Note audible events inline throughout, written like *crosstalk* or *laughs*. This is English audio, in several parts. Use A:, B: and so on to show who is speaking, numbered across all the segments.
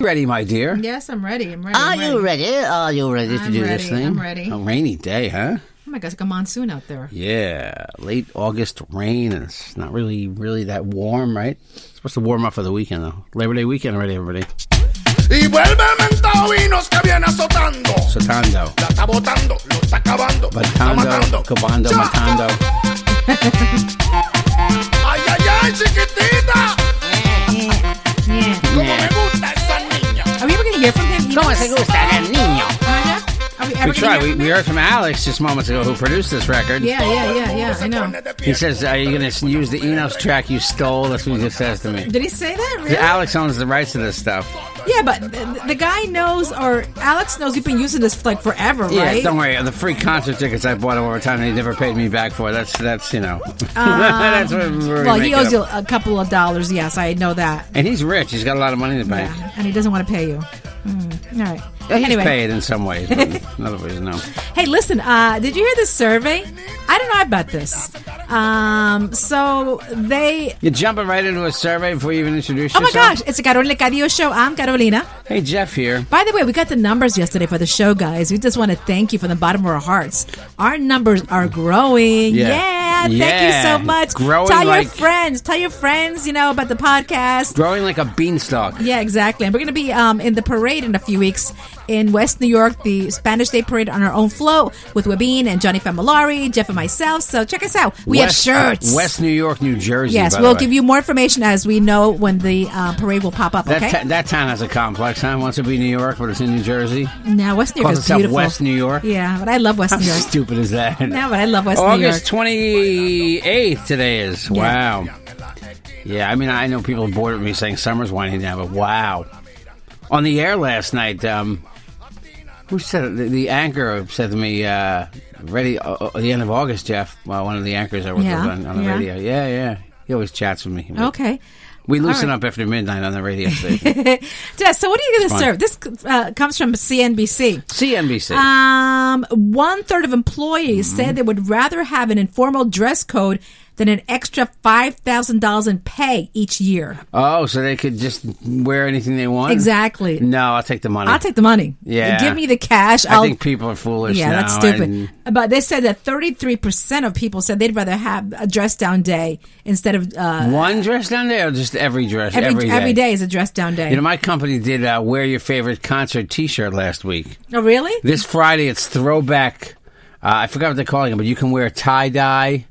A: Ready, my *laughs* dear?
B: Yes, I'm ready. I'm ready.
A: Are
B: I'm
A: you ready? Are you ready to
B: I'm
A: do
B: ready,
A: this thing?
B: I'm ready.
A: A rainy day, huh?
B: Oh my gosh, like a monsoon out there.
A: Yeah, late August rain, and it's not really, really that warm, right? It's supposed to warm up for the weekend, though. Labor Day weekend already, everybody.
C: Y vuelve el mentado vinos que viene azotando.
A: Sotando,
C: La está botando, lo está acabando. lo está
A: Batando,
C: matando.
A: Cavando,
C: Ya.
A: Matando.
C: *laughs* Ay, ay, ay, chiquitita.
B: Yeah.
C: Como me gusta esa niña.
B: Are we ever going to hear from him? He was- Anya? Are
A: We
B: we ever going to hear
A: tried.
B: from
A: We,
B: him?
A: we heard from Alex just moments ago who produced this record.
B: yeah, yeah, yeah, yeah. I know.
A: He says, Are you going to use the Enos track you stole? That's what he just says to me.
B: Did he say that? Really?
A: Alex owns the rights to this stuff.
B: yeah, but the, the guy knows, or Alex knows, we've been using this like forever,
A: Yeah,
B: right?
A: don't worry. The free concert tickets I bought over time, they never paid me back for. That's that's you know. *laughs* that's what we're
B: Um, well, he
A: making
B: owes you
A: up.
B: a couple of dollars. Yes, I know that.
A: And he's rich. He's got a lot of money in the bank.
B: Yeah, and he doesn't want to pay you. Mm, All right.
A: He's
B: anyway,
A: paid in some ways,
B: *laughs*
A: but in other ways, no.
B: Hey, listen, uh, did you hear this survey? I don't know about this. Um, so they.
A: You're jumping right into a survey before you even introduce
B: Oh my
A: yourself.
B: gosh, it's the Carolina Cadillo show. I'm Carolina.
A: Hey, Jeff here.
B: By the way, we got the numbers yesterday for the show, guys. We just want to thank you from the bottom of our hearts. Our numbers are growing.
A: Yeah.
B: Yeah, thank
A: Yeah.
B: you so much.
A: Growing
B: tell
A: like-
B: your friends. Tell your friends, you know, about the podcast.
A: Growing like a beanstalk.
B: Yeah, exactly. And we're going to be um, in the parade in a few weeks in West New York, the Spanish Day Parade on our own float with Wabine and Johnny Familari, Jeff and myself. So check us out. We
A: West-
B: have shirts.
A: West New York, New Jersey.
B: Yes,
A: by
B: we'll
A: the way.
B: give you more information as we know when the uh, parade will pop up.
A: That,
B: Okay.
A: ta- that town has a complex, huh? Wants to be New York, but it's in New Jersey.
B: now West New York
A: Calls
B: is
A: itself
B: beautiful.
A: West New York.
B: Yeah, but I love West
A: How
B: New York.
A: *laughs* stupid is that?
B: No, but I love West New York.
A: August 28th today is. Wow. Yeah, I mean, I know people are bored with me saying summer's winding down, but wow. On the air last night, um, who said it? The, the anchor said to me, uh, ready, uh, uh, the end of August, Jeff, well, one of the anchors I work
B: Yeah,
A: with on, on the
B: yeah.
A: radio. Yeah, yeah. He always chats with me.
B: Okay.
A: We loosen
B: right.
A: up after midnight on the
B: *laughs*
A: radio station.
B: Yeah, so what are you going to
A: fine.
B: serve? This uh, comes from CNBC.
A: CNBC.
B: Um, one third of employees
A: Mm-hmm.
B: said they would rather have an informal dress code than an extra five thousand dollars in pay each year.
A: oh, so they could just wear anything they want?
B: Exactly.
A: No, I'll take the money.
B: I'll take the money.
A: Yeah.
B: give me the cash.
A: I
B: I'll.
A: think people are foolish
B: yeah,
A: now,
B: that's stupid.
A: and-
B: but they said that thirty-three percent of people said they'd rather have a dress-down day instead of uh,
A: One dress down there, or just every dress?
B: every
A: every day.
B: every day is a dress-down day.
A: You know, my company did uh, wear your favorite concert T-shirt last week.
B: oh, really?
A: This Friday, it's throwback. Uh, I forgot what they're calling it, but you can wear tie dye.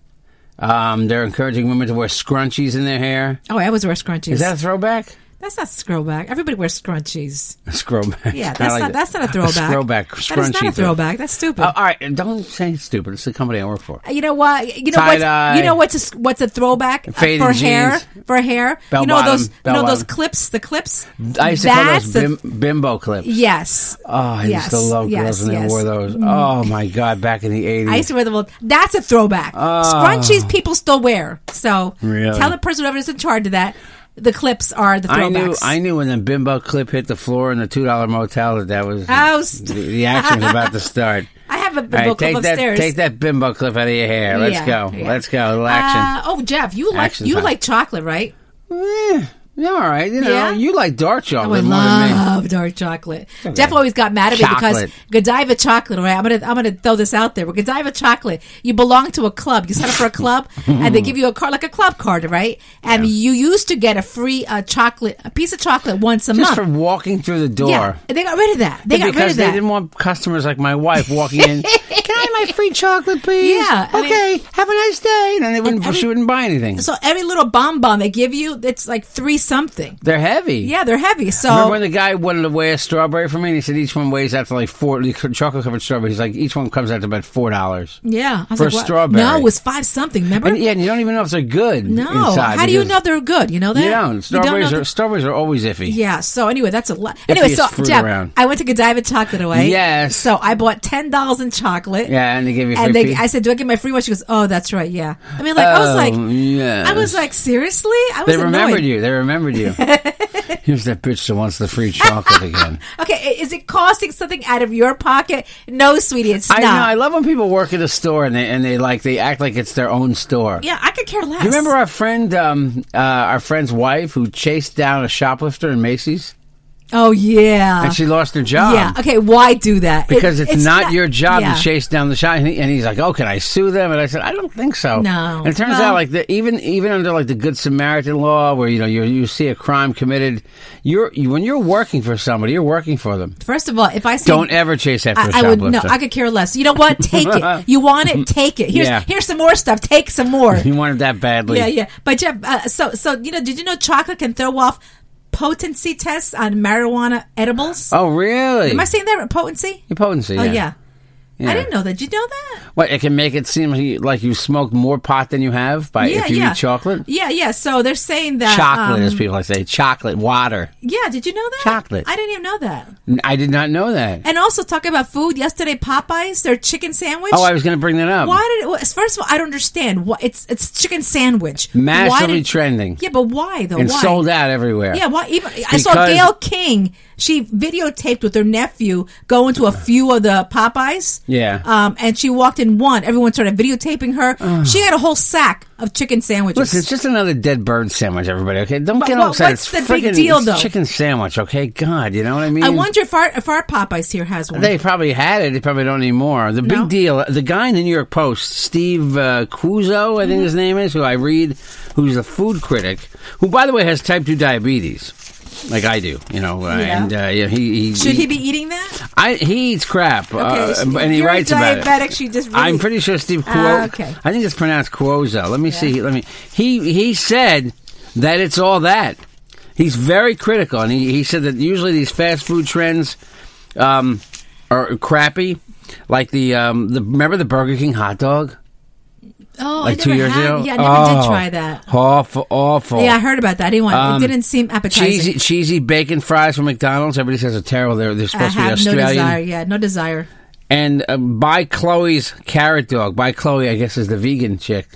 A: Um, they're encouraging women to wear scrunchies in their hair.
B: Oh, I always wear scrunchies.
A: Is that a throwback? *laughs*
B: that's not scrollback. Everybody wears scrunchies.
A: A *laughs* scrowback.
B: Yeah,
A: I
B: that's
A: like
B: not
A: it. *laughs*
B: that's not a throwback.
A: scrowback,
B: That is
A: scrunchy.
B: not a
A: thing.
B: throwback. That's stupid.
A: Uh, all right, don't say stupid. It's the company I work for.
B: you know what? You know
A: Tie-dye.
B: what's you know what's a, what's a throwback Uh,
A: Faded
B: for
A: jeans.
B: hair for hair. you know
A: Bell-bottom,
B: those you know those
A: bell-bottom.
B: clips, the clips.
A: I used to
B: that's
A: call
B: a-
A: those bim- bimbo clips.
B: yes.
A: Oh, I
B: yes,
A: used to love
B: yes,
A: girls when
B: yes. Mm.
A: they wore those. Oh my god, back in the eighties.
B: I used to wear them. all- That's a throwback. Scrunchies people still wear. So
A: Oh. Really?
B: tell the person whoever's in charge of that. The clips are the
A: I
B: throwbacks.
A: knew I knew when the bimbo clip hit the floor in the two dollar motel that that was
B: Oh, st-
A: the, the action was about to
B: *laughs*
A: start.
B: I have a
A: All right,
B: bimbo clip
A: take that
B: upstairs.
A: take that bimbo clip out of your hair. Let's
B: Yeah,
A: go.
B: yeah.
A: Let's go. A little action.
B: Uh, oh, Jeff, you like
A: Action
B: you
A: time.
B: like chocolate, right?
A: Eh, Yeah, all right. You know,
B: Yeah?
A: you like dark chocolate
B: Oh, I
A: more than me.
B: love dark chocolate. Jeff always got mad at me
A: Chocolate.
B: because Godiva chocolate. Right, I'm gonna I'm gonna throw this out there. But Godiva chocolate, you belong to a club. You sign up for a
A: *laughs*
B: club, and they give you a card like a club card, right? And you used to get a free uh, chocolate, a piece of chocolate once a
A: Just
B: month.
A: for walking through the door.
B: yeah, and they got rid of that. They got
A: because
B: rid of
A: they
B: that.
A: didn't want customers like my wife walking
B: *laughs*
A: in. Can I have my free chocolate, please?
B: Yeah, I mean-
A: okay. have a nice day. And then they wouldn't.
B: every-
A: she wouldn't buy anything.
B: so every little bonbon they give you, it's like three something.
A: They're heavy.
B: Yeah, they're heavy. So
A: Remember when the guy wanted to weigh a strawberry for me? And he said each one weighs out to like four chocolate covered strawberries. He's like each one comes out to about four dollars.
B: yeah, I was
A: For
B: like, what?
A: strawberry.
B: No, it was five something. Remember?
A: And yeah, and you don't even know if they're good.
B: no,
A: inside
B: how do you
A: because
B: know they're good? You know that
A: You don't. Strawberries
B: know
A: are strawberries are always iffy.
B: Yeah. So anyway, that's a lot.
A: If
B: Anyway,
A: you
B: so
A: screw
B: Jeff,
A: around.
B: I went to Godiva Chocolate Away.
A: Yes.
B: So I bought ten dollars in chocolate.
A: Yeah, and they give you free
B: And they,
A: pizza.
B: I said, "Do I get my free one?" She goes, "Oh, that's right. Yeah." I mean, like I was
A: Oh,
B: like,
A: yes.
B: I was like, seriously, I was
A: They remembered
B: annoyed.
A: you. They remembered
B: *laughs*
A: you. Here's that bitch that wants the free chocolate
B: *laughs*
A: again.
B: Okay, i- is it costing something out of your pocket? No, sweetie, it's
A: I know.
B: not.
A: I love when people work at a store and they and they like they act like it's their own store.
B: yeah, I could care less.
A: You remember our friend, um, uh, our friend's wife who chased down a shoplifter in Macy's
B: Oh yeah.
A: and she lost her job.
B: yeah. Okay. Why do that? It-
A: Because it's, not, your job
B: yeah.
A: to chase down the shop, and, he- and he's like, "Oh, can I sue them?" And I said, "I don't think so."
B: No.
A: And it turns
B: Well-
A: out, like the, even even under like the Good Samaritan law, where you know you you see a crime committed, you're you, when you're working for somebody, you're working for them.
B: First of all, if I see
A: Don't ever chase after a
B: I, I would no.
A: shoplifter. *laughs*
B: I could care less. You know what? Take it. You want it? Take it. Here's
A: Yeah.
B: here's some more stuff. Take
A: *laughs*
B: some more.
A: You wanted that badly.
B: yeah, yeah. But Jeff, uh, so so you know, did you know chocolate can throw off potency tests on marijuana edibles?
A: Oh, really?
B: Am I saying that right? potency?
A: Your potency.
B: Oh yeah.
A: Yeah.
B: I didn't know that. Did you know that?
A: What it can make it seem like you- like you smoked more pot than you have by
B: yeah,
A: Uh, if you
B: yeah.
A: eat chocolate.
B: Yeah, yeah. So they're saying that
A: Chocolate,
B: um,
A: as people like to say, chocolate water.
B: Yeah, did you know that?
A: Chocolate.
B: I didn't even know that.
A: N- I did not know that.
B: And also talking about food. Yesterday, Popeyes their chicken sandwich.
A: Oh, I was going to bring that up.
B: Why did it? well, First of all, I don't understand. What it's it's chicken sandwich. Why
A: Massively
B: did-
A: trending.
B: Yeah, but why though?
A: and
B: why?
A: sold out everywhere.
B: Yeah, why even? I saw
A: Because-
B: Gail King. She videotaped with her nephew going to a few of the Popeyes.
A: Yeah.
B: Um, and she walked in one. Everyone started videotaping her. she had a whole sack of chicken sandwiches.
A: Listen, it's just another dead bird sandwich, everybody. Okay, don't
B: But
A: get
B: what-
A: all upset.
B: what's
A: it's
B: the big
A: friggin'
B: deal,
A: it's
B: though?
A: Chicken sandwich. Okay, God, you know what I mean?
B: I wonder if our if our Popeyes here has one.
A: They probably had it. They probably don't anymore. The big
B: No?
A: deal, the guy in the New York Post, Steve uh, Cuozzo, I think
B: Mm-hmm.
A: his name is, who I read, who's a food critic, who, by the way, has type 2 diabetes, like I do, you know. Uh,
B: Yeah.
A: And uh, yeah, he, he,
B: Should he be eating that?
A: I, he eats crap,
B: Okay,
A: uh,
B: so
A: and he
B: you're a
A: writes about it.
B: diabetic, she just really-
A: I'm pretty sure Steve Cuozzo.
B: Ah, okay.
A: I think it's pronounced Cuozzo. Let me see. Let me. He he said that it's all that. He's very critical, and he, he said that usually these fast food trends um, are crappy. Like the um, the remember the Burger King hot dog
B: Oh,
A: like
B: I never
A: two years
B: had.
A: ago.
B: Yeah, I never
A: Oh,
B: did try that.
A: Awful, awful.
B: Yeah, I heard about that. I didn't want.
A: Um,
B: it didn't seem appetizing.
A: Cheesy, cheesy bacon fries from McDonald's. Everybody says are terrible. They're, they're
B: I
A: supposed to be
B: have no
A: Australian.
B: desire. Yeah, no desire.
A: and uh, buy Chloe's carrot dog. Buy Chloe, I guess, is the vegan chick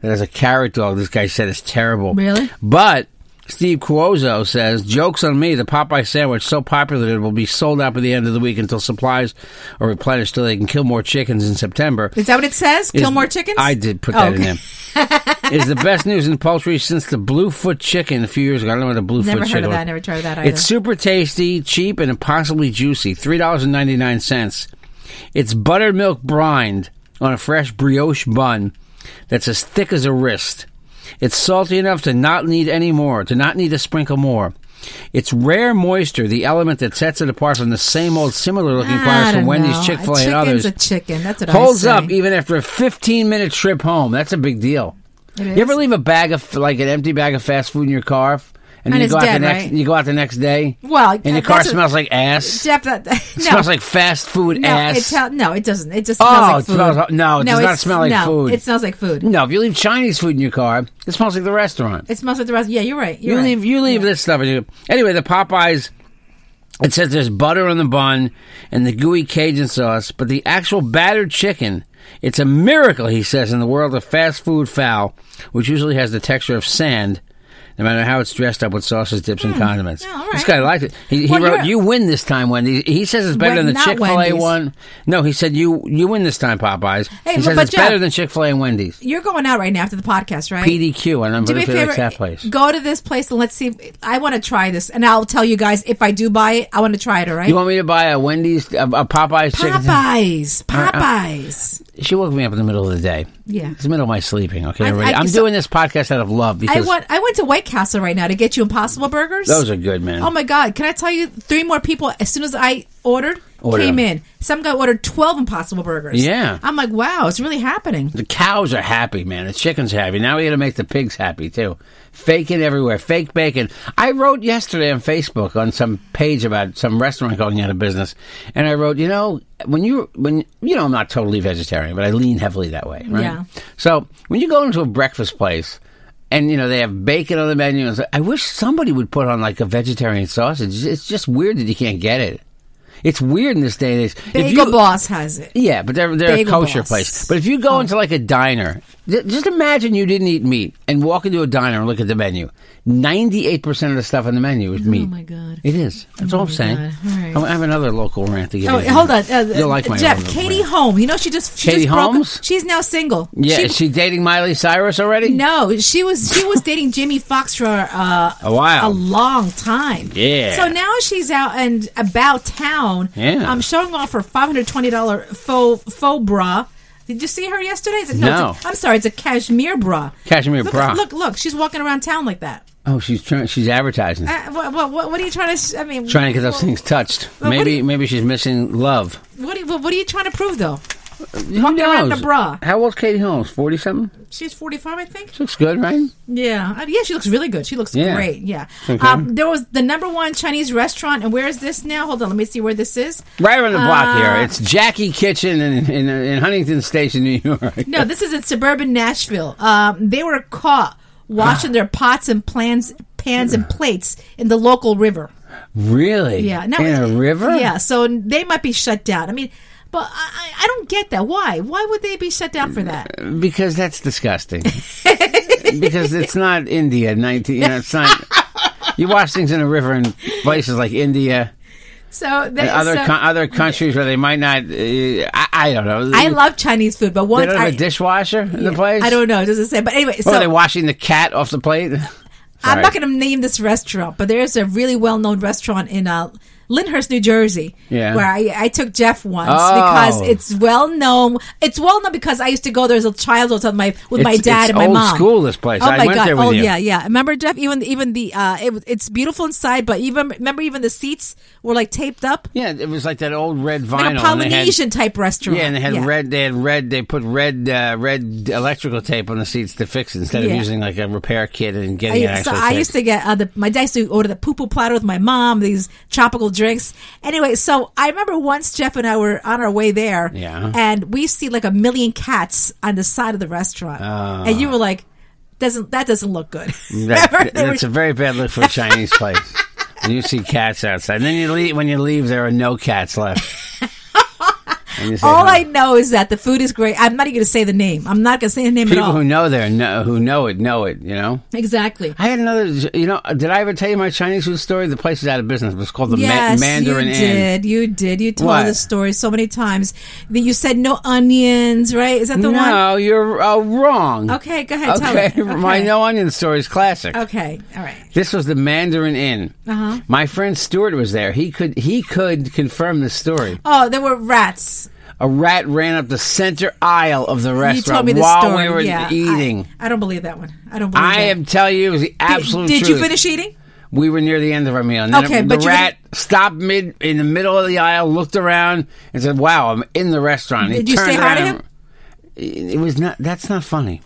A: that has a carrot dog. This guy said it's terrible.
B: Really?
A: But Steve Cuozzo says, "Jokes on me. The Popeye sandwich so popular that it will be sold out by the end of the week until supplies are replenished, so they can kill more chickens in September."
B: Is that what it says?
A: Is-
B: Kill more chickens.
A: I did put
B: Oh,
A: that
B: okay.
A: in there. is the best news in poultry since the Bluefoot chicken a few years ago. I don't know what a Bluefoot
B: *laughs* Never
A: chicken
B: heard of
A: was.
B: that. Never tried that either.
A: It's super tasty, cheap, and impossibly juicy. Three dollars and ninety nine cents. It's buttermilk brined on a fresh brioche bun that's as thick as a wrist. It's salty enough to not need any more, to not need to sprinkle more. It's rare moisture, the element that sets it apart from the same old similar looking
B: I
A: products
B: don't
A: from Wendy's,
B: know.
A: Chick fil A,
B: Chicken's
A: and others
B: A chicken. That's what
A: holds
B: I
A: up even after a 15 minute trip home. That's a big deal.
B: It
A: You ever
B: is.
A: leave a bag of like an empty bag of fast food in your car, f- and,
B: And
A: you
B: it's
A: go out the
B: dead,
A: next
B: right?
A: you go out the next day?
B: Well,
A: and your
B: that's
A: car
B: what-
A: smells like ass.
B: Jeff, that,
A: *laughs*
B: no,
A: It smells like fast food
B: no,
A: ass.
B: It tell- no, it doesn't. It just
A: Oh,
B: smells like
A: it
B: food.
A: smells- no, it does not
B: it's-
A: smell like
B: no,
A: food.
B: It smells like food.
A: no, if you leave Chinese food in your car, it smells like the restaurant.
B: It smells like the rest. Yeah, you're right. You're
A: You
B: right.
A: leave you leave this stuff. and you- Anyway, the Popeyes. It says there's butter on the bun and the gooey Cajun sauce, but the actual battered chicken. It's a miracle, he says, in the world of fast food fowl, which usually has the texture of sand. no matter how it's dressed up with sauces, dips, and condiments.
B: Hmm. Yeah, all
A: This
B: right.
A: guy liked it. He, he
B: Well,
A: wrote,
B: you're-
A: "You win this time, Wendy." He says it's better
B: Wen-
A: than the
B: not
A: Chick Fil A
B: Wendy's.
A: one. No, he said you you win this time, Popeyes.
B: Hey,
A: he
B: but-
A: says
B: but
A: it's better
B: Jeff-
A: than Chick Fil A and Wendy's.
B: You're going out right now after the podcast, right?
A: PDQ, and I'm
B: Do me
A: really
B: a favor.
A: like that place.
B: Go to this place and let's see. If, I want to try this, and I'll tell you guys if I do buy it. I want to try it. All right.
A: You want me to buy a Wendy's, a, a Popeyes chicken?
B: Popeyes,
A: Uh,
B: Popeyes.
A: She woke me up in the middle of the day.
B: Yeah.
A: it's the middle of my sleeping. Okay,
B: I-
A: everybody.
B: I-
A: I'm
B: so-
A: doing this podcast out of love
B: I
A: because
B: went. I went to White Castle right now to get you Impossible Burgers.
A: those are good, man.
B: Oh my God! Can I tell you? Three more people as soon as I ordered
A: Order.
B: came in. Some guy ordered twelve Impossible Burgers.
A: Yeah.
B: I'm like, wow, it's really happening.
A: The cows are happy, man. The chickens are happy. Now we got to make the pigs happy too. Faking everywhere, fake bacon. I wrote yesterday on Facebook on some page about some restaurant going out of business, and I wrote, you know, when you when you know, I'm not totally vegetarian, but I lean heavily that way, right?
B: Yeah.
A: So when you go into a breakfast place. And you know they have bacon on the menu. It's like, I wish somebody would put on like a vegetarian sausage. It's just weird that you can't get it. It's weird in this day and age. If
B: Bagel
A: you-
B: Boss has it.
A: yeah, but they're they're a
B: Bagel
A: kosher
B: Boss. Oh.
A: place. But if you go into like a diner, j- just imagine you didn't eat meat and walk into a diner and look at the menu. Ninety eight percent of the stuff on the menu is meat.
B: Oh my god. Oh,
A: It is. That's all I'm saying.
B: God. All right.
A: I have another local rant to get.
B: Oh,
A: into.
B: hold on, uh,
A: You'll like my
B: Jeff.
A: local
B: Katie
A: rant.
B: Holmes. You know she just she
A: Katie
B: just broke-
A: Holmes?
B: She's now single.
A: Yeah,
B: She-
A: is she dating Miley Cyrus already?
B: no, she was she was dating Jimmy Fox for uh,
A: A while.
B: a long time.
A: Yeah.
B: So now she's out and about town.
A: Yeah.
B: I'm showing off her five hundred twenty dollar faux faux bra. Did you see her yesterday? It's a-
A: No.
B: It's a, I'm sorry. It's a cashmere bra.
A: Cashmere
B: look,
A: bra.
B: Look, look. She's walking around town like that.
A: Oh, she's trying. She's advertising,
B: Uh, what, what, what, what are you trying to? s- I mean,
A: trying to get those
B: what-
A: things touched.
B: Well, what do
A: maybe
B: you-
A: maybe she's missing love.
B: What, are you- what are you trying to prove though?
A: Who
B: Walking around in
A: knows?
B: a bra.
A: How old's Katie Holmes? Forty something.
B: She's 45, I think.
A: Looks good, right?
B: Yeah, Uh, yeah, she looks really good. She looks
A: Yeah.
B: great. Yeah.
A: Okay.
B: Um, there was the number one Chinese restaurant, and where is this now? Hold on, let me see where this is.
A: Right around the block
B: Uh,
A: here. It's Jackie Kitchen in, in, in Huntington Station, New York.
B: No, this is in suburban Nashville. Um, they were
A: Ah.
B: caught washing their pots and plans, pans and plates in the local river.
A: Really?
B: Yeah, now
A: in a river?
B: Yeah, so they might be shut down. I mean, but I, I I don't get that. Why? Why would they be shut down for that?
A: Because that's
B: *laughs*
A: disgusting. because it's not India, nineteen. You know, it's not. You wash things in a river in places like India
B: So they,
A: and other
B: so,
A: co- other countries where they might not. Uh, I, I don't know.
B: I love Chinese food, but
A: They
B: once
A: don't
B: I,
A: have a dishwasher in the place.
B: I don't know, it doesn't say. But anyway,
A: What
B: so
A: are they washing the cat off the plate?
B: I'm not going to name this restaurant, but there's a really well known restaurant in uh, Lyndhurst, New Jersey,
A: Yeah.
B: where I, I took Jeff once
A: Oh.
B: because it's well known. It's well known because I used to go there as a child with my with my
A: It's-
B: dad
A: it's
B: and my
A: old
B: mom.
A: school, this place.
B: Oh
A: I
B: my
A: went
B: god!
A: there with
B: oh
A: you.
B: yeah, yeah. Remember Jeff? Even even the uh, it, was- it's beautiful inside, but even remember even the seats were like taped up,
A: Yeah, it was like that old red vinyl.
B: like a
A: and they had-
B: Polynesian type restaurant.
A: Yeah, and they had red. They had red. They put red uh, red electrical tape on the seats to fix it instead of
B: Yeah.
A: using like a repair kit and
B: I,
A: getting it
B: so
A: actually
B: I
A: fixed.
B: used to get uh, the, my dad used to order the poo poo platter with my mom, these tropical drinks. Anyway, so I remember once Jeff and I were on our way there,
A: Yeah.
B: and we see like a million cats on the side of the restaurant, and you were like, "Doesn't that doesn't look good?" *laughs* Remember?
A: Ah. That,
B: They were-
A: that's a very bad look
B: *laughs*
A: for a Chinese place. And you see cats outside. And then you leave. When you leave, there are no cats left.
B: *laughs*
A: And you say,
B: all
A: "Huh."
B: I know is that the food is great. I'm not even going to say the name. I'm not going to say the name at
A: people
B: all.
A: who know there know who know it know it. You know.
B: exactly.
A: I had another. You know, did I ever tell you my Chinese food story? The place is out of business. It was called the Ma-
B: yes,
A: Mandarin
B: you
A: Inn.
B: did. You did. You told
A: What?
B: the story so many times that you said no onions. Right? Is that the one?
A: No, you're uh, wrong.
B: Okay, go ahead. Tell
A: Okay,
B: it.
A: *laughs*
B: Okay.
A: my no onion story is classic.
B: Okay. All right.
A: This was the Mandarin Inn.
B: Uh-huh.
A: My friend Stuart was there. He could he could confirm this story.
B: Oh, there were rats.
A: A rat ran up the center aisle of the
B: you
A: restaurant
B: told me the
A: while
B: story.
A: we were
B: yeah,
A: eating.
B: I, I don't believe that one. I don't believe
A: I,
B: that.
A: am telling you, it was the absolute
B: Did, did you
A: truth.
B: finish eating?
A: We were near the end of our meal. And then
B: Okay,
A: the
B: but you
A: rat stopped mid in the middle of the aisle, looked around, and said, "Wow, I'm in the restaurant." He
B: Did you
A: turned
B: say hi to
A: around
B: him?
A: and- It was not. That's not funny.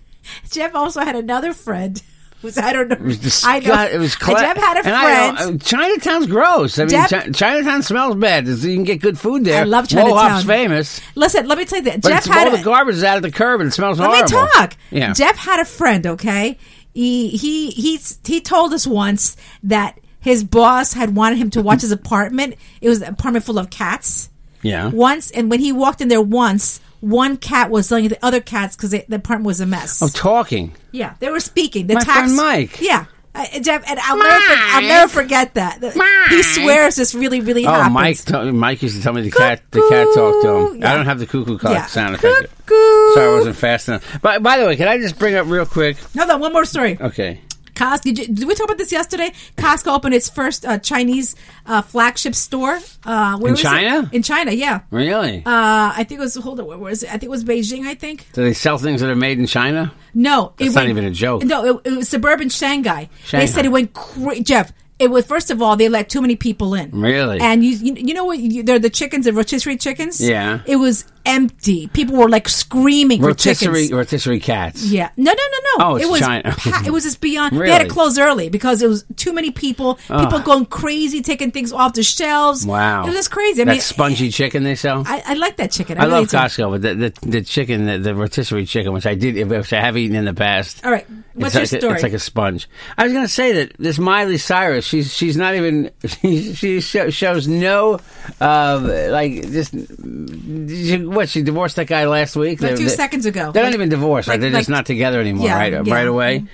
B: Jeff also had another friend *laughs* who's I don't know.
A: It was
B: *laughs* I
A: disgusting.
B: know.
A: It was cla-
B: Jeff had a
A: and I
B: friend.
A: don't- uh, Chinatown's gross. I mean,
B: Jeff-
A: Chi- Chinatown smells bad. You can get good food there.
B: I love
A: Wohop's
B: Chinatown.
A: famous.
B: Listen, let me tell you that
A: But
B: Jeff
A: it's, all
B: had
A: the
B: a,
A: garbage is out of the curb and it smells
B: Let
A: horrible.
B: me talk.
A: Yeah.
B: Jeff had a friend, okay? He he he's he told us once that his boss had wanted him to watch his apartment. It was an apartment full of cats.
A: Yeah.
B: Once and when he walked in there once, one cat was yelling at the other cats because the apartment was a mess.
A: Oh, Talking.
B: Yeah, they were speaking. The
A: My
B: tax,
A: friend Mike.
B: Yeah, Uh, Jeff, and I'll never, for- I'll never forget that. The- He swears this really, really
A: Oh,
B: happens.
A: Mike! T- Mike used to tell me the cat. The cat talked to him.
B: Yeah.
A: I don't have the cuckoo clock
B: Yeah.
A: sound effect.
B: Cuckoo.
A: Sorry, I wasn't fast enough. But by the way, can I just bring up real quick?
B: No, no, one more story.
A: Okay.
B: Costco. Did, you, did we talk about this yesterday? Costco opened its first uh, Chinese uh, flagship store. Uh, where
A: In
B: was it?
A: China?
B: In China, yeah.
A: Really?
B: Uh, I think it was. Hold on, where was it? I think it was Beijing. I think
A: Do they sell things that are made in China?
B: no.
A: That's
B: it
A: not even a joke.
B: No, it, it was suburban Shanghai.
A: Shanghai.
B: They said it went cra- Jeff. It was first of all they let too many people in.
A: Really?
B: And you you, you know what? You, they're the chickens, the rotisserie chickens.
A: Yeah.
B: It was empty. People were like screaming for
A: Rotisserie
B: chickens.
A: rotisserie cats.
B: Yeah. No, no, no, no.
A: Oh, it's
B: it was
A: China.
B: pa- it was just beyond. They had to
A: Really?
B: close early because it was too many people. People going crazy, taking things off the shelves.
A: Wow.
B: It was just crazy. I
A: that
B: mean,
A: spongy chicken they sell.
B: I, I like that chicken. I,
A: I
B: really
A: love
B: do.
A: Costco, but the, the the chicken, the, the rotisserie chicken, which I did, which I have eaten in the past.
B: All right, what's your
A: it's like, a-
B: story?
A: It's like a sponge. I was going to say that this Miley Cyrus, she's she's not even *laughs* she she sho- shows no uh, like just she, what she divorced that guy last week.
B: Like
A: They-
B: two
A: they-
B: seconds ago.
A: They're not
B: Like-
A: even divorced. Like,
B: like-
A: they're just
B: like-
A: not together anymore.
B: Yeah,
A: right
B: yeah.
A: right away.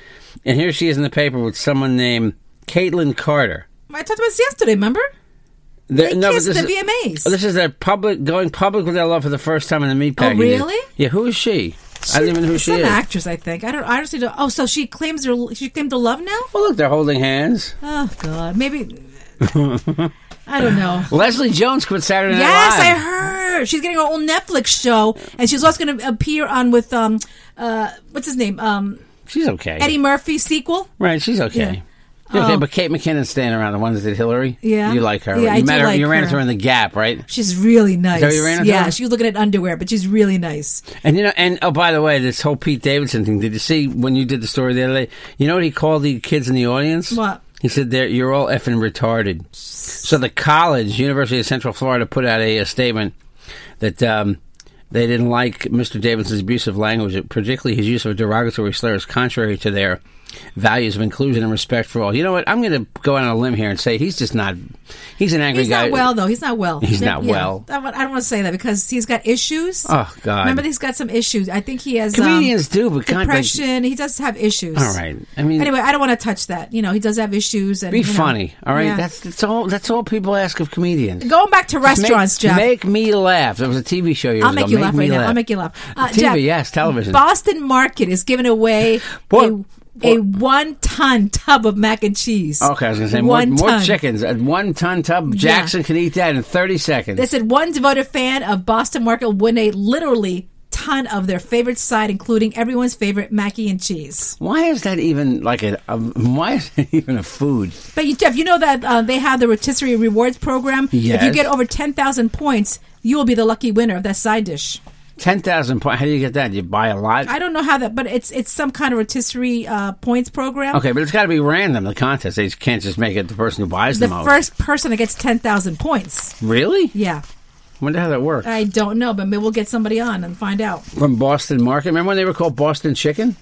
A: And here she is in the paper with someone named Caitlin Carter.
B: I talked about this yesterday. Remember?
A: The,
B: They
A: but
B: kissed
A: this
B: the
A: is-
B: VMAs.
A: Oh, This is their public going public with their love for the first time in the meat package.
B: Oh, really?
A: Yeah. Who is she? I don't even know who
B: She's
A: she
B: an
A: is.
B: actress, I think. I don't. I honestly don't. Oh, so she claims her. She claimed the love now.
A: Well, look, they're holding hands.
B: Oh
A: *laughs*
B: God, maybe. I don't know.
A: Leslie Jones quit Saturday Night
B: Yes,
A: Live.
B: I heard. She's getting her own Netflix show, and she's also going to appear on with um, uh, what's his name? Um,
A: She's okay.
B: Eddie Murphy sequel.
A: Right, she's okay. You're Okay, but Kate McKinnon's standing around the ones that did Hillary.
B: Yeah.
A: you like her.
B: Yeah,
A: you
B: I do
A: met her.
B: like
A: you ran
B: her.
A: into her in the Gap, right?
B: She's really nice.
A: that what you ran into
B: yeah,
A: her?
B: she was looking at underwear, but she's really nice.
A: And you know, and oh, by the way, this whole Pete Davidson thing. Did you see when you did the story the other day? You know what he called the kids in the audience?
B: What?
A: He said, "They're you're all effing retarded." So the college, University of Central Florida, put out a, a statement that um, they didn't like Mr. Davidson's abusive language, particularly his use of derogatory slurs, contrary to their values of inclusion and respect for all. You know what? I'm going to go out on a limb here and say he's just not. He's an angry
B: He's
A: guy.
B: not well though. He's not well.
A: He's
B: Yeah,
A: not
B: yeah.
A: well.
B: I don't- I don't want to say that because he's got issues.
A: Oh, God.
B: Remember, he's got some issues. I think he has
A: Comedians
B: um,
A: do, but God, like-
B: depression. he does have issues.
A: All right. I mean,
B: Anyway, I don't want to touch that. You know, he does have issues. And
A: be
B: you know.
A: funny. All right,
B: Yeah.
A: that's that's all. That's all people ask of comedians.
B: going back to restaurants,
A: make,
B: Jeff.
A: Make me laugh. There was a TV show years
B: I'll make
A: ago.
B: you laugh
A: me
B: right now. I'll make you laugh. Uh,
A: TV,
B: Jeff,
A: yes, television.
B: Boston Market is giving away
A: What-
B: a, a one ton tub of mac and cheese.
A: Okay, I was going to say more,
B: one
A: more
B: ton.
A: chickens. A one ton tub. Jackson can eat that in 30 seconds.
B: They said one devoted fan of Boston Market won a literally ton of their favorite side, including everyone's favorite mackey and cheese.
A: why is that even like a, a- why is it *laughs* even a food?
B: But you, Jeff, you know that uh, they have the rotisserie rewards program. If you
A: Yes.
B: get over ten thousand points, you will be the lucky winner of that side dish.
A: 10,000 points. How do you get that? You buy a lot?
B: I don't know how that, but it's it's some kind of rotisserie uh, points program.
A: okay, but it's got to be random, the contest. They just can't just make it the person who buys
B: The
A: the, most.
B: first person that gets ten thousand points.
A: really?
B: Yeah,
A: wonder how that works.
B: I don't know, but maybe we'll get somebody on and find out.
A: From Boston Market. Remember when they were called Boston Chicken?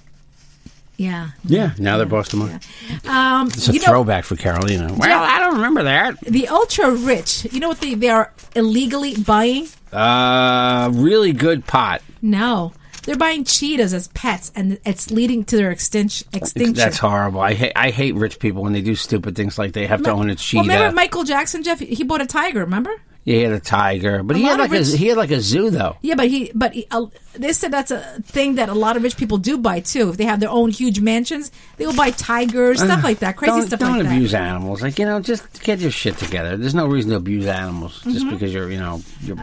B: Yeah.
A: Yeah. Now they're Boston Market.
B: Um,
A: It's a
B: you know,
A: throwback for Carolina. Well, I don't remember that.
B: the ultra rich. You know what they they are illegally buying?
A: Uh, really good pot.
B: No. They're buying cheetahs as pets, and it's leading to their extinction. extinction.
A: That's horrible. I hate I hate rich people when they do stupid things like they have to own a cheetah.
B: Well, remember Michael Jackson, Jeff? He bought a tiger. Remember?
A: yeah, he had a tiger, but he
B: lot
A: had like
B: of
A: a
B: rich-
A: he had like a zoo though.
B: Yeah, but he, but he, uh, they said that's a thing that a lot of rich people do buy too. If they have their own huge mansions, they will buy tigers, stuff like that, crazy
A: don't,
B: stuff
A: Don't
B: like
A: abuse
B: that.
A: animals. Like you know, just get your shit together. There's no reason to abuse animals just
B: Mm-hmm.
A: because you're you know your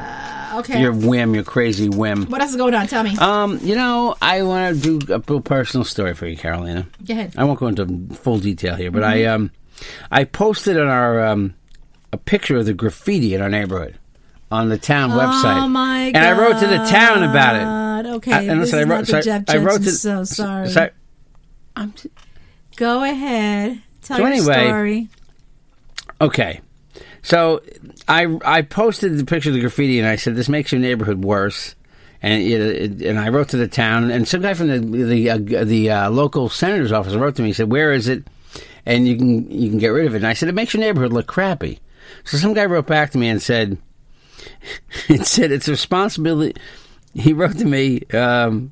B: Okay,
A: your whim, your crazy whim.
B: what else is going on? Tell me.
A: Um, you know, I want to do a real personal story for you, Carolina.
B: Go ahead. Mm-hmm.
A: I won't go into full detail here, but I um, I posted on our um, a picture of the graffiti in our neighborhood on the town website.
B: Oh my
A: And I wrote to the town about
B: God.
A: it.
B: Okay,
A: I- and
B: this
A: listen, I
B: is
A: wrote,
B: not the
A: so I-
B: Jeff
A: I wrote to,
B: Jensen, so sorry.
A: so I- I'm s-
B: Go ahead. Tell
A: So
B: your
A: anyway-
B: story.
A: okay. So I I posted the picture of the graffiti and I said this makes your neighborhood worse. And it, it, and I wrote to the town and some guy from the the uh, the uh, local senator's office wrote to me. He said, "Where is it?" And you can you can get rid of it. And I said, "It makes your neighborhood look crappy." So some guy wrote back to me and said, *laughs* "It said it's a responsibility." He wrote to me. Um,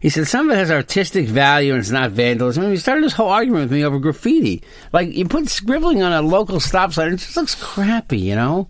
A: He said some of it has artistic value and it's not vandalism. And he started this whole argument with me over graffiti. Like you put scribbling on a local stop sign, it just looks crappy, you know.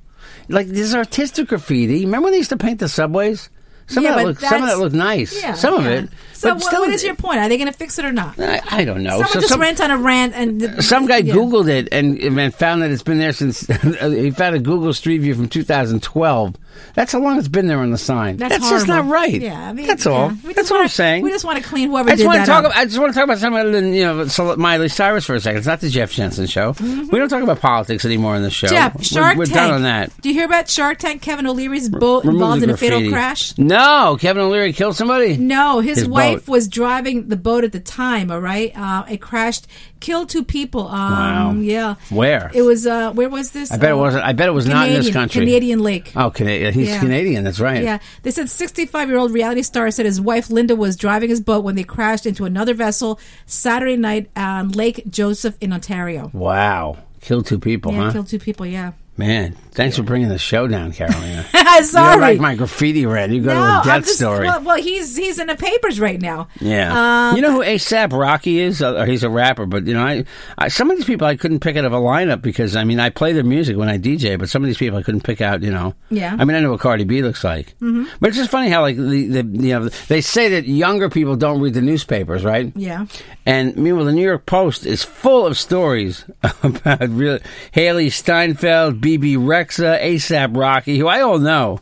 A: Like this is artistic graffiti. Remember when they used to paint the subways? Some
B: Yeah,
A: of that
B: but
A: looked, some of
B: that's-
A: that looked nice.
B: Yeah,
A: some
B: yeah.
A: of it.
B: So
A: but
B: what,
A: still,
B: what is your point? Are they going to fix it or not?
A: I, I don't know.
B: Someone
A: Oh, So
B: just
A: some-
B: rant on a rant and
A: some guy
B: yeah.
A: Googled it and, and found that it's been there since *laughs* he found a Google Street View from 2012. That's how long it's been there on the sign.
B: That's,
A: just not
B: horrible.
A: right.
B: Yeah, I mean,
A: that's all.
B: yeah. We
A: That's
B: just
A: what
B: wanna-
A: I'm saying.
B: We just want to clean whoever
A: I just
B: did
A: want
B: that
A: to talk.
B: up.
A: About, I just want to talk about something other than you know Sol- Miley Cyrus for a second. It's not the Jeff Jensen show. We don't talk about politics anymore on the show.
B: Mm-hmm. Jeff,
A: We're-
B: Shark
A: we're,
B: Tank.
A: done on that.
B: Do you hear about Shark Tank? Kevin O'Leary's boat
A: Remove
B: involved
A: the
B: in a fatal
A: graffiti.
B: crash.
A: No, Kevin O'Leary killed somebody.
B: No, his,
A: His
B: wife
A: boat.
B: was driving the boat at the time. All right, uh, it crashed, killed two people. Um,
A: Wow.
B: Yeah,
A: Where?
B: It was. Uh, where was this?
A: I bet it
B: Uh,
A: wasn't. I bet it was not in this
B: Canadian-
A: country.
B: Canadian lake.
A: Oh, Canadian. He's
B: Yeah.
A: Canadian. That's right.
B: Yeah, they said 65 year old reality star said his wife Linda was driving his boat when they crashed into another vessel Saturday night on Lake Joseph in Ontario.
A: Wow. Killed two people,
B: Yeah,
A: huh?
B: killed two people.
A: *laughs*
B: Yeah, *laughs*
A: Man, thanks for bringing the show down, Carolina. You
B: sorry.
A: don't like my graffiti red. You go to a death story.
B: Well, uh, well, he's he's in the papers right now. Um,
A: yeah, you know who ASAP Rocky is? Uh, he's a rapper, but you know, I, I some of these people I couldn't pick out of a lineup because I mean I play their music when I DJ, but some of these people I couldn't pick out. You know,
B: Yeah.
A: I mean I know what Cardi B looks like, mm-hmm. but it's just funny how like the, the you know they say that younger people don't read the newspapers, right?
B: Yeah. Uh,
A: And meanwhile, the New York Post is full of stories *laughs* about real Haley Steinfeld, BB Rexa, ASAP Rocky, who I all know.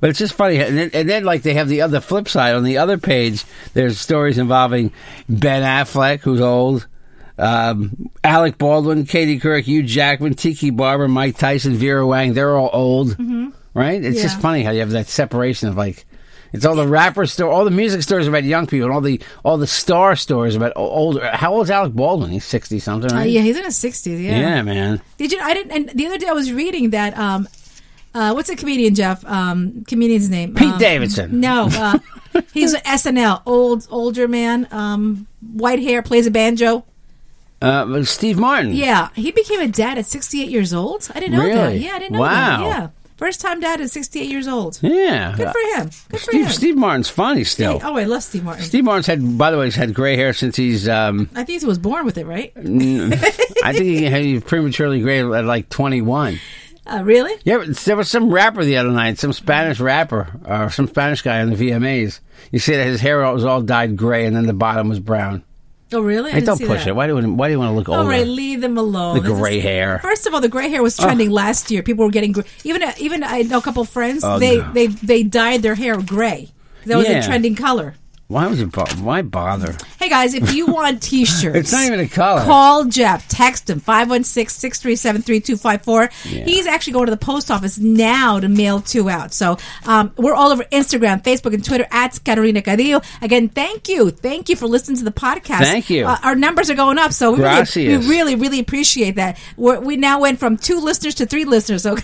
A: But it's just funny. And then, and then, like, they have the other flip side. On the other page, there's stories involving Ben Affleck, who's old, um, Alec Baldwin, Katie Couric, Hugh Jackman, Tiki Barber, Mike Tyson, Vera Wang. They're all old, right? It's just
B: Yeah.
A: funny how you have that separation of, like, it's all the rapper store, all the music stories about young people, and all the all the star stories about o- older. How old's Alec Baldwin? He's sixty something,
B: Uh,
A: right?
B: yeah, he's in his sixties. Yeah.
A: yeah, man.
B: Did you? I didn't. And the other day I was reading that. Um, uh, what's a comedian, Jeff? Um, comedian's name.
A: Pete
B: Um,
A: Davidson.
B: No, uh,
A: *laughs*
B: he's an SNL old older man. Um, white hair, plays a banjo.
A: Uh, Steve Martin.
B: Yeah, he became a dad at 68 years old. I didn't know that.
A: Really?
B: Yeah, I didn't know
A: Wow.
B: that. Yeah, first time dad at 68 years old.
A: yeah.
B: Good for him. Good for him.
A: Steve, Steve Martin's funny still.
B: Oh, I love Steve Martin.
A: Steve Martin's had, by the way, he's had gray hair since he's. Um,
B: I think he was born with it, right? *laughs*
A: I think he had he was prematurely gray at like twenty one.
B: Uh, really?
A: Yeah, but there was some rapper the other night, some Spanish rapper or some Spanish guy on the VMAs. You see that his hair was all dyed gray, and then the bottom was brown.
B: Oh, really? I
A: Hey,
B: didn't
A: don't
B: see
A: push
B: that.
A: it. Why do you, why do you want to look older?
B: All right, leave them alone.
A: The
B: This is-
A: gray hair.
B: First of all, the gray hair was trending last year. People were getting gr- even uh, even I know a couple friends
A: Oh,
B: they
A: no.
B: they they dyed their hair gray. That was
A: Yeah.
B: a trending color.
A: Why was it? Bo- why bother? *laughs*
B: Hey guys, if you want t-shirts,
A: It's not even a color.
B: Call Jeff, text him 516-637-3254. He's actually going to the post office now to mail two out. So, um, we're all over Instagram, Facebook and Twitter at Caterina Carrillo. Again, thank you. Thank you for listening to the podcast.
A: Thank you.
B: Uh, our numbers are going up, so we really, we
A: Gracias.
B: really really appreciate that. We're, we now went from two listeners to three listeners. So,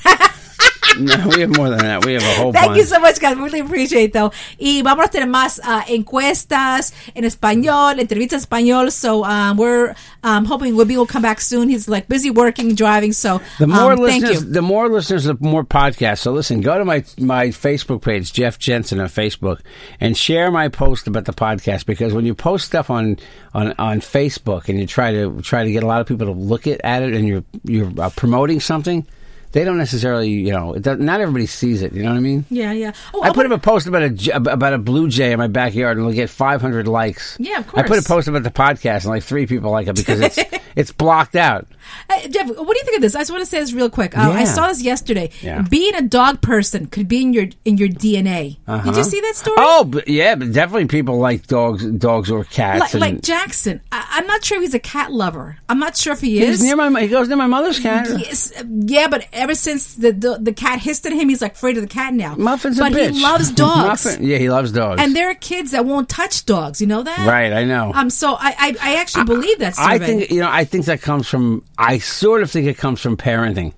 A: no, we have more than that. We have a whole
B: Thank
A: bunch.
B: you so much, guys. Really appreciate though. Y vamos a tener más uh, encuestas en español, entrevistas en español. So um, we're um, hoping Webby will come back soon. He's like busy working, driving. So
A: The more
B: um, thank
A: listeners,
B: you.
A: the more listeners, the more podcasts. So listen, go to my my Facebook page, Jeff Jensen on Facebook, and share my post about the podcast. Because when you post stuff on on, on Facebook and you try to try to get a lot of people to look at, at it, and you're you're uh, promoting something, they don't necessarily, you know, it does, not everybody sees it. You know what I mean?
B: Yeah, yeah. Oh,
A: I put up a post about a j- about a blue jay in my backyard, and we'll get 500 likes.
B: Yeah, of
A: I put a
B: course.
A: post about the podcast, and like three people like it because
B: *laughs*
A: it's it's blocked out.
B: Uh, Jeff, what do you think of this? I just want to say this real quick. Uh, I
A: Yeah.
B: saw this yesterday.
A: Yeah.
B: Being a dog person could be in your in your DNA. Did you see that story?
A: Uh-huh. Oh, but yeah, but definitely people like dogs, dogs or cats.
B: like,
A: and
B: like Jackson. I, I'm not sure if he's a cat lover. I'm not sure if he is.
A: he's near my. He goes near my mother's cat.
B: Yes, yeah, but ever since the, the the cat hissed at him, he's like afraid of the cat now.
A: Muffin's a
B: but
A: bitch. *laughs*
B: he loves dogs,
A: Muffin- yeah, he loves dogs.
B: and there are kids that won't touch dogs. You know that,
A: Right, I know.
B: Um, so I I, I actually believe that. Survey.
A: I think you know. I think that comes from. I sort of think it comes from parenting.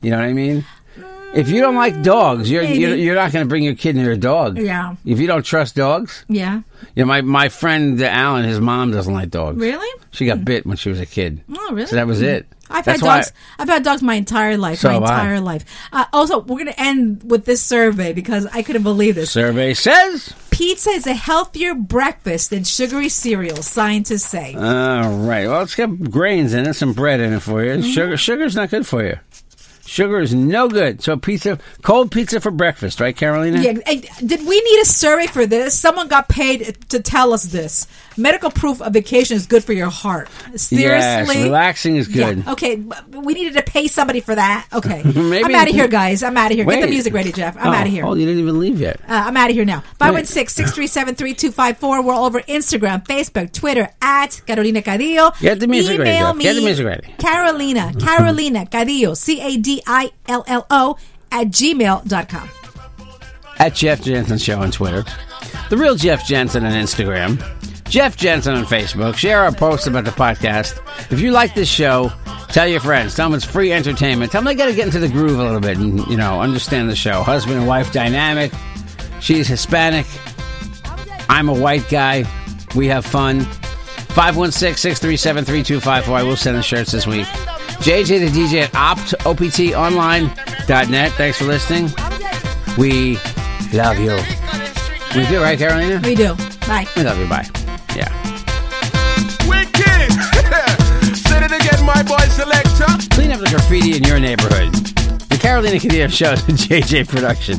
A: You know what I mean? If you don't like dogs, you're
B: maybe.
A: you're, you're not going to bring your kid near a dog.
B: Yeah.
A: If you don't trust dogs,
B: Yeah.
A: you know, my my friend uh, Alan, his mom doesn't like dogs.
B: Really?
A: She got bit when she was a kid.
B: Oh, really?
A: So that was it.
B: I've
A: That's
B: had
A: why-
B: dogs. I've had dogs my entire life.
A: So
B: my
A: have I.
B: entire life. Uh, also, we're gonna end with this survey because I couldn't believe this.
A: survey says
B: Pizza is a healthier breakfast than sugary cereals, scientists say.
A: All right. Well, let's get grains in it, some bread in it for
B: Mm-hmm.
A: you. Sugar, sugar's not good for you. Sugar is no good. So pizza, cold pizza for breakfast, right, Carolina?
B: Yeah, and did we need a survey for this? Someone got paid to tell us this. Medical proof of vacation is good for your heart.
A: Yes,
B: Seriously,
A: relaxing is
B: Yeah,
A: good.
B: Okay, but we needed to pay somebody for that. Okay,
A: *laughs* Maybe-
B: I'm out of here, guys. I'm out of here. Get
A: Wait.
B: the music ready, Jeff. I'm
A: Oh,
B: out of here.
A: Oh, you didn't even leave yet.
B: Uh, I'm out of here now.
A: Wait.
B: 516 637 3254. We're all over Instagram, Facebook, Twitter, at Carolina Cadillo.
A: Get the music ready,
B: Email
A: Jeff.
B: me.
A: Get the music ready. *laughs*
B: Carolina, Carolina Cadillo, C A D I L L O, at gmail.com.
A: at Jeff Jensen Show on Twitter, The Real Jeff Jensen on Instagram, Jeff Jensen on Facebook. Share our posts about the podcast. If you like this show, tell your friends. Tell them it's free entertainment. Tell them they got to get into the groove a little bit and, you know, understand the show. Husband and wife dynamic. She's Hispanic. I'm a white guy. We have fun. 516 637 3254. I will send the shirts this week. JJ the DJ at opt, optonline.net. Thanks for listening. We love you. We do, right, Carolina?
B: We do. Bye.
A: We love you. Bye. Yeah.
C: Wicked. *laughs* Say it again, my boy selector.
A: Clean up the graffiti in your neighborhood. The Carolina Cadillo Show *laughs* is a JJ production.